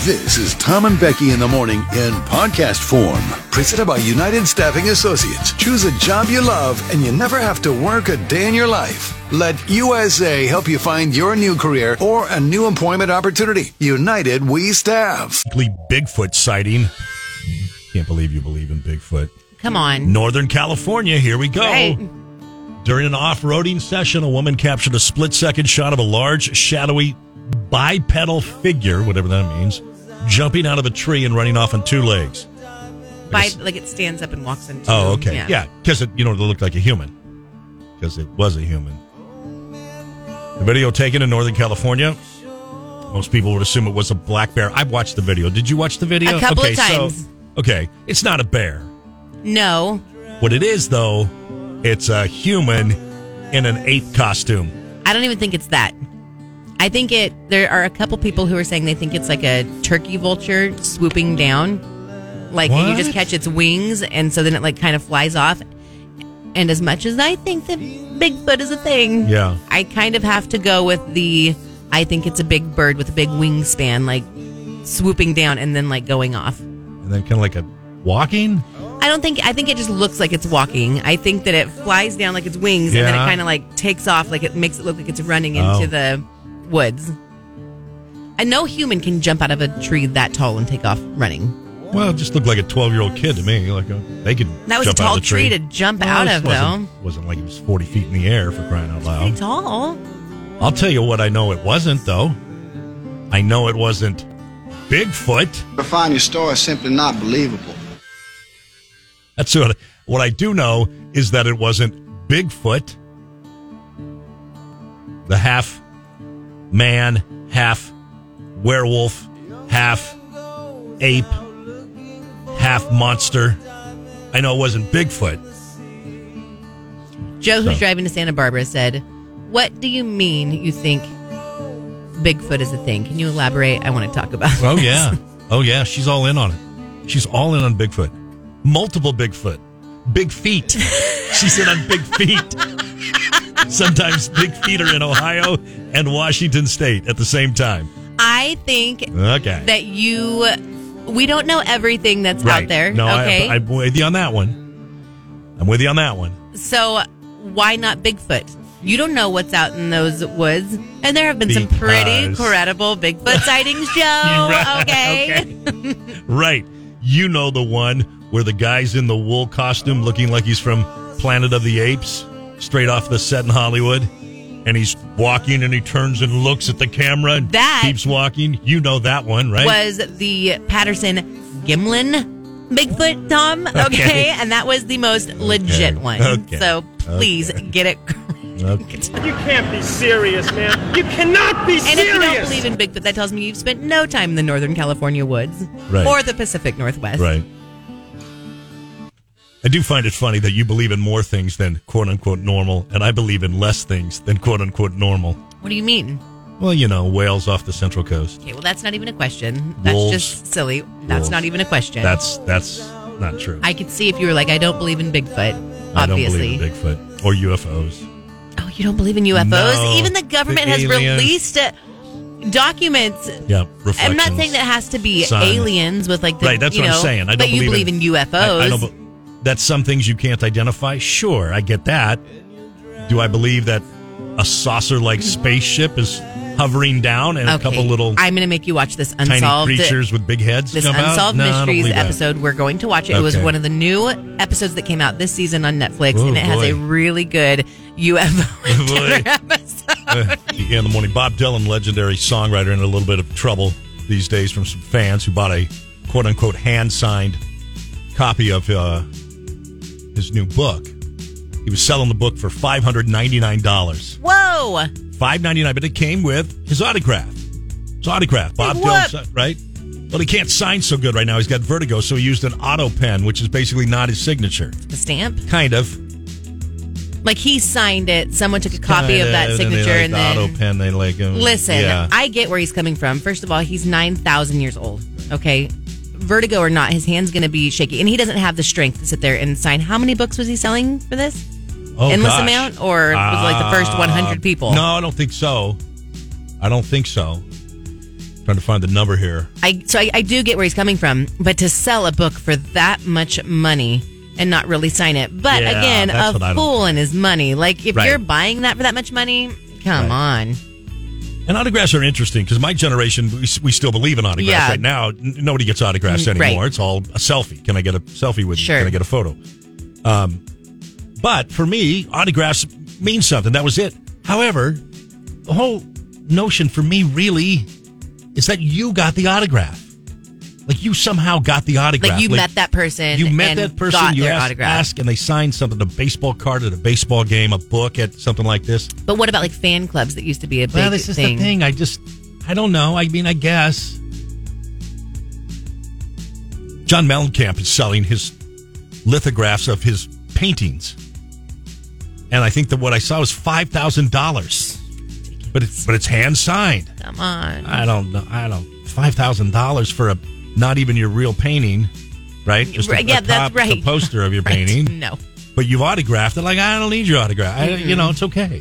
This is Tom and Becky in the morning in podcast form. Presented by United Staffing Associates. Choose a job you love and you never have to work a day in your life. Let USA help you find your new career or a new employment opportunity. United We Staff. Basically, Bigfoot sighting. Can't believe you believe in Bigfoot. Come on. Northern California, here we go. Right. During an off roading session, a woman captured a split second shot of a large, shadowy, bipedal figure, whatever that means, jumping out of a tree and running off on two legs. By, like it stands up and walks into. Oh, okay. Yeah, because it, you know, it looked like a human. Because it was a human. The video taken in Northern California. Most people would assume it was a black bear. I've watched the video. Did you watch the video? A couple of okay, times. So, okay, it's not a bear. No, What it is, though, it's a human in an ape costume. I don't even think it's that. I think it. There are a couple people who are saying they think it's like a turkey vulture swooping down, like and you just What? catch its wings, and so then it like kind of flies off. And as much as I think that Bigfoot is a thing, Yeah. I kind of have to go with the. I think it's a big bird with a big wingspan, like swooping down and then like going off. And then kind of like a walking? I don't think. I think it just looks like it's walking. I think that it flies down like its wings, and then Yeah. it kind of like takes off, like it makes it look like it's running into Oh. the woods. And no human can jump out of a tree that tall and take off running. Well, it just looked like a 12 year old kid to me. Like a, They could That was jump a out tall of the tree. tree. to jump Well, out this of, though. wasn't, Wasn't like it was 40 feet in the air for crying out Pretty loud. tall. I'll tell you what I know it wasn't, though. I know it wasn't Bigfoot. to find your story is simply not believable. That's what, what I do know is that it wasn't Bigfoot, the half man, half werewolf, half ape, half monster. I know it wasn't Bigfoot. Joe, who's So- driving to Santa Barbara, said, "What do you mean you think Bigfoot is a thing? Can you elaborate? I want to talk about." Oh this." yeah, oh yeah. She's all in on it. She's all in on Bigfoot. Multiple Bigfoot, big feet. She's in on big feet. Sometimes big feet are in Ohio and Washington State at the same time. I think Okay. that you we don't know everything that's right. out there. No, okay. I, I'm with you on that one. I'm with you on that one. so why not Bigfoot? You don't know what's out in those woods. And there have been some pretty Because- credible Bigfoot sightings, Joe. Right, okay? okay. right. You know the one where the guy's in the wool costume looking like he's from Planet of the Apes, straight off the set in Hollywood. And he's walking and he turns and looks at the camera and That- keeps walking. You know that one, right? Was the Patterson Gimlin Bigfoot, Tom? Okay. Okay. And that was the most legit one. Okay. So please Okay. get it correct. Okay. You can't be serious, man. You cannot be And if serious. you don't believe in Bigfoot, that tells me you've spent no time in the Northern California woods Right. or the Pacific Northwest. Right. I do find it funny that you believe in more things than quote unquote normal, and I believe in less things than quote unquote normal. What do you mean? Well, you know, whales off the central coast. Okay, well, that's not even a question. That's Wolves. just silly. That's Wolves. not even a question. That's that's not true. I could see if you were like, I don't believe in Bigfoot. I don't Obviously. believe in Bigfoot or UFOs. oh, you don't believe in UFOs? No, even the government the has aliens. released uh, documents. Yeah, reflections. I'm not saying that has to be Sun. aliens with like the right. That's you what know, I'm saying. I don't but you believe in, UFOs. I, I don't. be- That's some things you can't identify. Sure, I get that. Do I believe that a saucer-like spaceship is hovering down and a okay. couple little I'm going to make you watch this tiny unsolved. creatures with big heads? This jump out? unsolved No, I don't mysteries believe that. episode, we're going to watch it. It was Okay. one of the new episodes that came out this season on Netflix, Oh, and it has boy. a really good UFO Boy. encounter episode. Uh, yeah, in the morning. Bob Dylan, legendary songwriter, in a little bit of trouble these days from some fans who bought a quote unquote hand signed copy of uh, his new book. He was selling the book for five hundred ninety nine dollars. Whoa! Five ninety nine, but it came with his autograph. His autograph, Bob Big whoop. Dylan, si- right? Well, he can't sign so good right now. He's got vertigo, so he used an auto pen, which is basically not his signature. The stamp. Kind of. Like he signed it. Someone took a copy of that Kinda, signature they like and the then. auto pen. They like him. Listen, Yeah. I get where he's coming from. First of all, he's 9,000 years old. Okay. Vertigo or not, his hand's going to be shaky. And he doesn't have the strength to sit there and sign. How many books was he selling for this? Oh, Endless gosh. amount? Or was it like the first Uh, 100 people? No, I don't think so. I don't think so. Trying to find the number here. I so I, I do get where he's coming from, but to sell a book for that much money and not really sign it. But Yeah, again, that's what I a don't- fool and his money. Like if Right. you're buying that for that much money, come on. And autographs are interesting because my generation, we, we still believe in autographs. Yeah. Right now, n- nobody gets autographs Mm, right. anymore. It's all a selfie. Can I get a selfie with Sure. you? Can I get a photo? Um, but for me, autographs mean something. That was it. However, the whole notion for me really is that you got the autograph. Like you somehow got the autograph. Like you met that person. You met and that person. Got You their asked, autograph. asked, and they signed something—a baseball card at a baseball game, a book at something like this. But what about like fan clubs that used to be a big Well, this is thing? the thing. I just, I don't know. I mean, I guess. John Mellencamp is selling his lithographs of his paintings, and I think that what I saw was five thousand dollars. But it's but it's hand signed. Come on. I don't know. I don't five thousand dollars for a not even your real painting, right? Just a, Right, yeah, a cop- that's just right. a poster of your Right. painting No. but you've autographed it. Like, I don't need your autograph. I, you know, it's okay.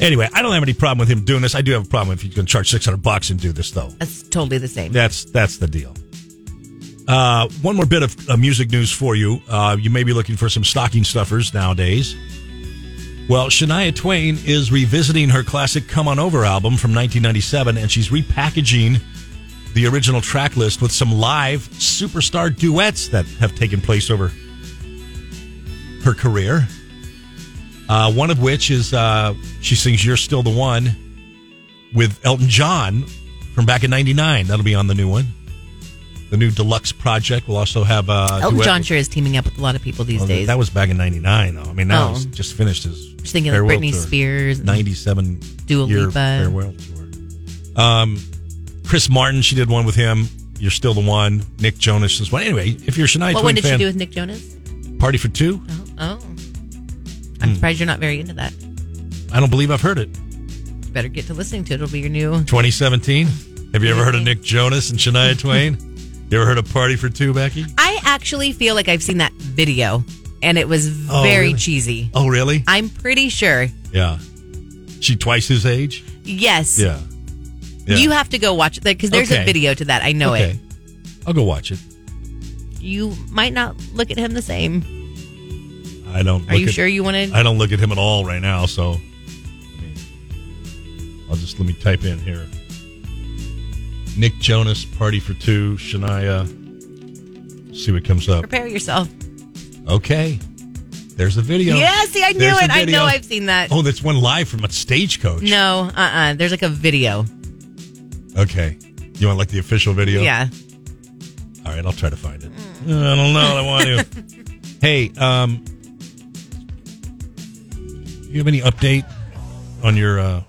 Anyway, I don't have any problem with him doing this. I do have a problem if you can charge 600 bucks and do this, though. That's totally the same. That's that's the deal. Uh, one more bit of uh, music news for you. Uh, you may be looking for some stocking stuffers nowadays. Well, Shania Twain is revisiting her classic Come On Over album from 1997, and she's repackaging the original track list with some live superstar duets that have taken place over her career. Uh, one of which is uh, she sings You're Still the One with Elton John from back in '99. That'll be on the new one. The new deluxe project will also have uh, Elton duet- John sure is teaming up with a lot of people these Well, days. That was back in '99, though. I mean, now Oh. he's just finished his. Just thinking like farewell Britney tour. Spears and- '97 Dua year Lipa. farewell tour. Um, Chris Martin, she did one with him. You're still the one. Nick Jonas is one. Anyway, if you're a Shania what Twain one did fan, she do with Nick Jonas? Party for Two. Oh, oh. Hmm. I'm surprised you're not very into that. I don't believe I've heard it. You better get to listening to it. It'll be your new. 2017. Have you ever heard of Nick Jonas and Shania Twain? You ever heard of Party for Two, Becky? I actually feel like I've seen that video, and it was Oh, very really? cheesy. Oh, really? I'm pretty sure. Yeah. She twice his age? Yes. Yeah. You have to go watch it because there's Okay. a video to that. I know okay. I'll go watch it. it. You might not look at him the same. I don't. Are look you at- sure you want to? I don't look at him at all right now, so I mean, I'll just let me type in here. Nick Jonas, Party for Two, Shania. See what comes up. Prepare yourself. Okay. There's a video. Yeah, see, I knew There's a it. I video. know I've seen that. Oh, that's one live from a stagecoach. No, uh uh There's like a video. Okay. You want like the official video? Yeah. All right, I'll try to find it. Mm. I don't know. I want to. hey, um, you have any update on your uh,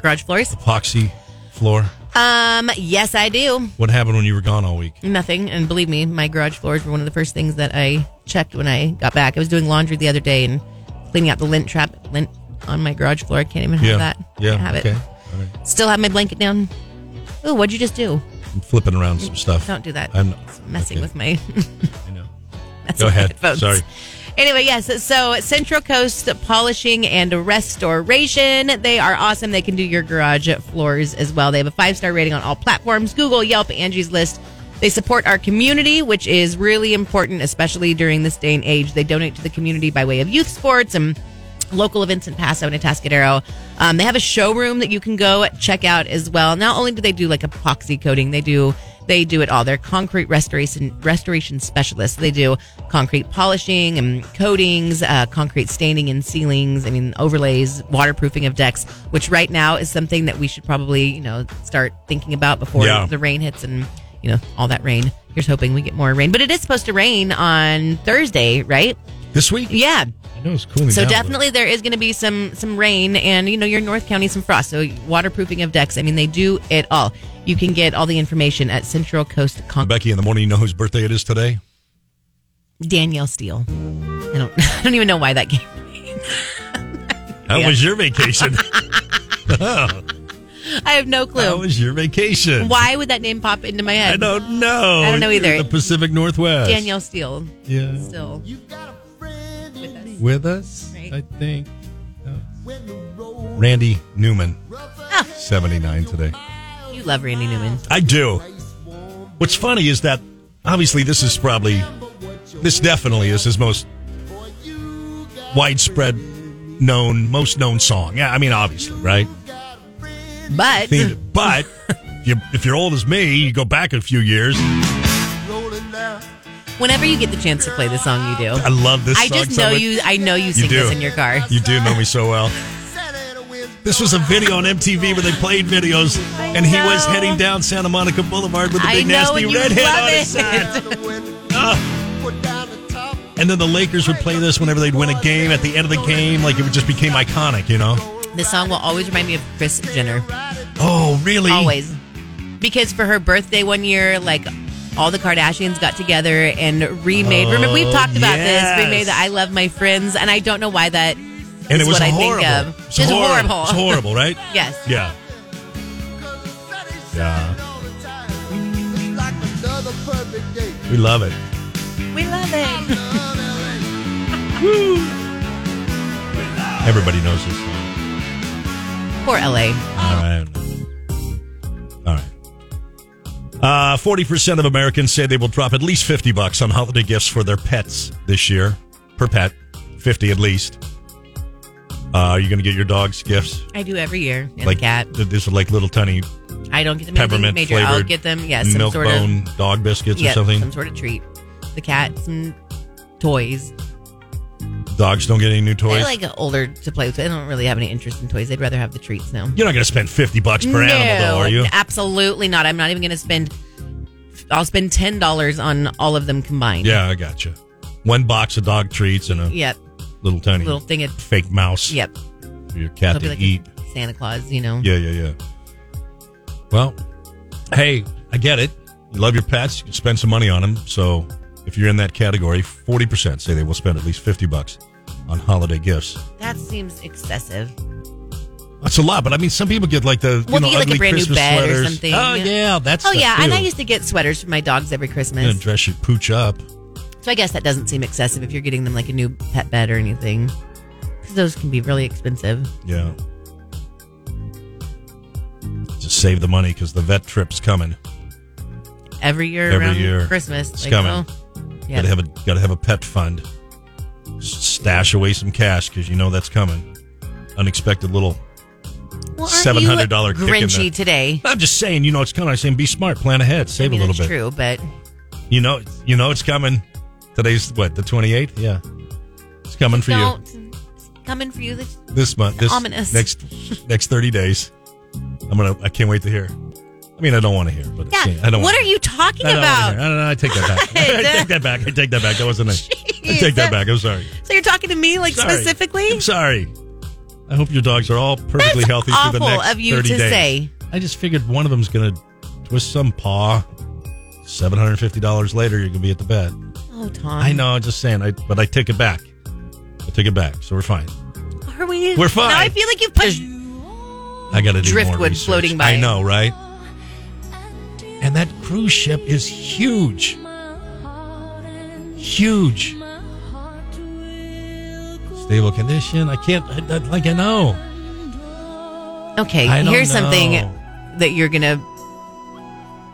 Garage floors. epoxy floor? Um, yes, I do. What happened when you were gone all week? Nothing. And believe me, my garage floors were one of the first things that I checked when I got back. I was doing laundry the other day and cleaning out the lint trap lint on my garage floor. I can't even have yeah, that. yeah. Can't have okay, it. all right. Still have my blanket down. Oh, what'd you just do? I'm flipping around some stuff. Don't do that. I'm not- It's messing okay, with my I know. Go messing with my ahead. headphones. Sorry. Anyway, yes. So Central Coast Polishing and Restoration. They are awesome. They can do your garage floors as well. They have a five star rating on all platforms Google, Yelp, Angie's List. They support our community, which is really important, especially during this day and age. They donate to the community by way of youth sports and local events in Paso and Atascadero. Um, they have a showroom that you can go check out as well. Not only do they do like epoxy coating, they do they do it all. They're concrete restoration restoration specialists. They do concrete polishing and coatings, uh, concrete staining and ceilings. I mean overlays, waterproofing of decks, which right now is something that we should probably you know start thinking about before Yeah. the rain hits and you know all that rain. Here's hoping we get more rain, but it is supposed to rain on Thursday, right? This week? Yeah. I know it's cooling So down a little. definitely there is going to be some some rain and you know your North County some frost. So waterproofing of decks. I mean they do it all. You can get all the information at Central Coast Con- Becky in the morning. You know whose birthday it is today? Danielle Steele. I don't I don't even know why that came. How Yeah. was your vacation? I have no How clue. was your vacation? Why would that name pop into my head? I don't know. I don't know You're in either. The Pacific Northwest. Danielle Steele Yeah. still with us. with us, Right. I think. Ah. Randy Newman, 79 today. You You love Ah, Randy Newman. I do. What's funny is that obviously this is probably this definitely is his most widespread known most known song. Yeah, I mean obviously, right? But Themed. But if you if you're old as me, you go back a few years. whenever you get the chance to play the song, you do. I love this I song just so know much. you. I know you sing do. this in your car. You do know me so well. This was a video on MTV where they played videos, and he was know. heading down Santa Monica Boulevard with a I big know, nasty and you redhead love on his it. side. Ah. And then the Lakers would play this whenever they'd win a game. At the end of the game, like it would just became iconic, you know? This song will always remind me of Chris Jenner. Oh, really? Always. Because for her birthday one year, like all the Kardashians got together and remade. remember, we've talked about Oh, yes. this. Remade the "I Love My Friends," and I don't know why that. And is it was what horrible. I think of. It's Just horrible. horrible. It's horrible, right? Yes. Yeah. Yeah. We love it. We love it. Everybody knows this song. Poor LA. All right. All right. Uh, 40% of Americans say they will drop at least 50 bucks on holiday gifts for their pets this year. Per pet, 50 at least. Uh, are you going to get your dogs gifts? I do every year. And like the cat. th- These are like little tiny I don't get them anything peppermint major. flavored I'll get them, yeah, some milk sort of bone dog biscuits yeah, or something. some sort of treat. The cat, some toys. Dogs don't get any new They're toys. like older to play with. I don't really have any interest in toys. I'd rather have the treats now. You're not going to spend 50 bucks per animal, though, are you? Absolutely not. I'm not even going to spend. I'll spend ten dollars on all of them combined. Yeah, I gotcha. One box of dog treats and a Yep. little tiny Little thing. It. fake mouse Yep. for your cat It'll to be like a eat. Santa Claus. You know. Yeah, yeah, yeah. Well, hey, I get it. You love your pets. You can spend some money on them. So if you're in that category, 40% say they will spend at least 50 bucks on holiday gifts. That seems excessive. That's a lot, but I mean, some people get like the you Well, know, you get, like, a ugly brand new Christmas bed or sweaters. something. Oh yeah, that's Oh stuff, yeah, too. and I used to get sweaters for my dogs every You know, Christmas. dress your pooch up. So I guess that doesn't seem excessive if you're getting them like a new pet bed or anything, because those can be really expensive. Yeah, just save the money because the vet trip's coming. Every year Every around year. Christmas, It's coming. oh, Got yeah. to have a got to have a pet fund. S- Stash away some cash because you know that's coming. Unexpected little. Well, aren't $700 you kick in Grinchy the- today. I'm just saying, you know it's coming. I'm saying, be smart, plan ahead, save I mean, a little bit. that's True, but You know, you know it's coming. Today's what the 28th. Yeah, it's coming for you don't coming for you. This this month. This Ominous. next next 30 days. I'm gonna. I can't wait to hear. I mean, I don't want to hear, but I, Yeah. can't- I don't. what wanna- are you talking I don't wanna hear. about? I don't know. I take that back. I take that back. I take that back. That wasn't it. I take that back. I'm sorry. So you're talking to me like Sorry. specifically? I'm sorry. I hope your dogs are all perfectly That's healthy through the awful next of you 30 to days. say. I just figured one of them's going to twist some paw. Seven hundred fifty dollars later, you're going to be at the vet. Oh, Tom. I know. I'm just saying. I but I take it back. I take it back. So we're fine. Are we? We're fine. Now I feel like you've pushed. I got to do more Driftwood research. floating by. I know, right? And that cruise ship is huge, huge. Stable condition. I can't. I, I, like I know. Okay, I don't here's something know. that you're gonna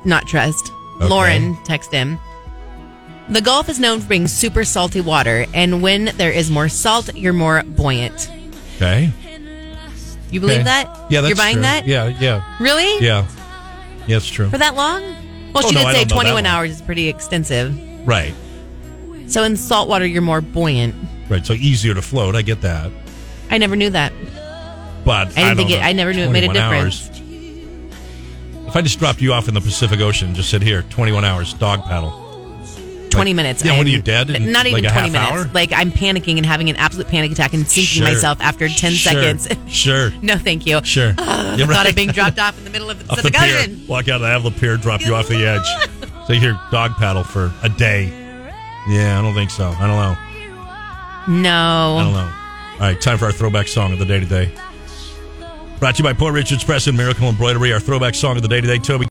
not trust. Okay. Lauren, text him. The Gulf is known for being super salty water, and when there is more salt, you're more buoyant. Okay. You believe Okay. that? Yeah, that's you're buying true. that. Yeah, yeah, Really? yeah. Yeah, it's true. For that long? Well, Oh, she no, I did say don't know that 21 one. hours is pretty extensive. Right, So in salt water, you're more buoyant. right. So easier to float. I get that, I never knew that. but I didn't don't think it- know. I never knew it made a 21 hours. If I just dropped you off in the Pacific Ocean, just sit here, twenty-one hours, dog paddle. 20 minutes. yeah, when I'm- are you dead? In, Not even like, a 20 half minutes. hour? Like I'm panicking and having an absolute panic attack and sinking Sure. myself after 10 Sure. seconds. Sure, no, thank you. sure. You're Thought right. of being dropped off in the middle of the off the Pacific pier. Ocean. Walk out of the pier, drop you off the edge. So you here, dog paddle for a day. Yeah, I don't think so. I don't know. I don't No. know. All right, time for our throwback song of the day today. Brought to you by Port Richards Press and Miracle Embroidery. Our throwback song of the day today, Toby.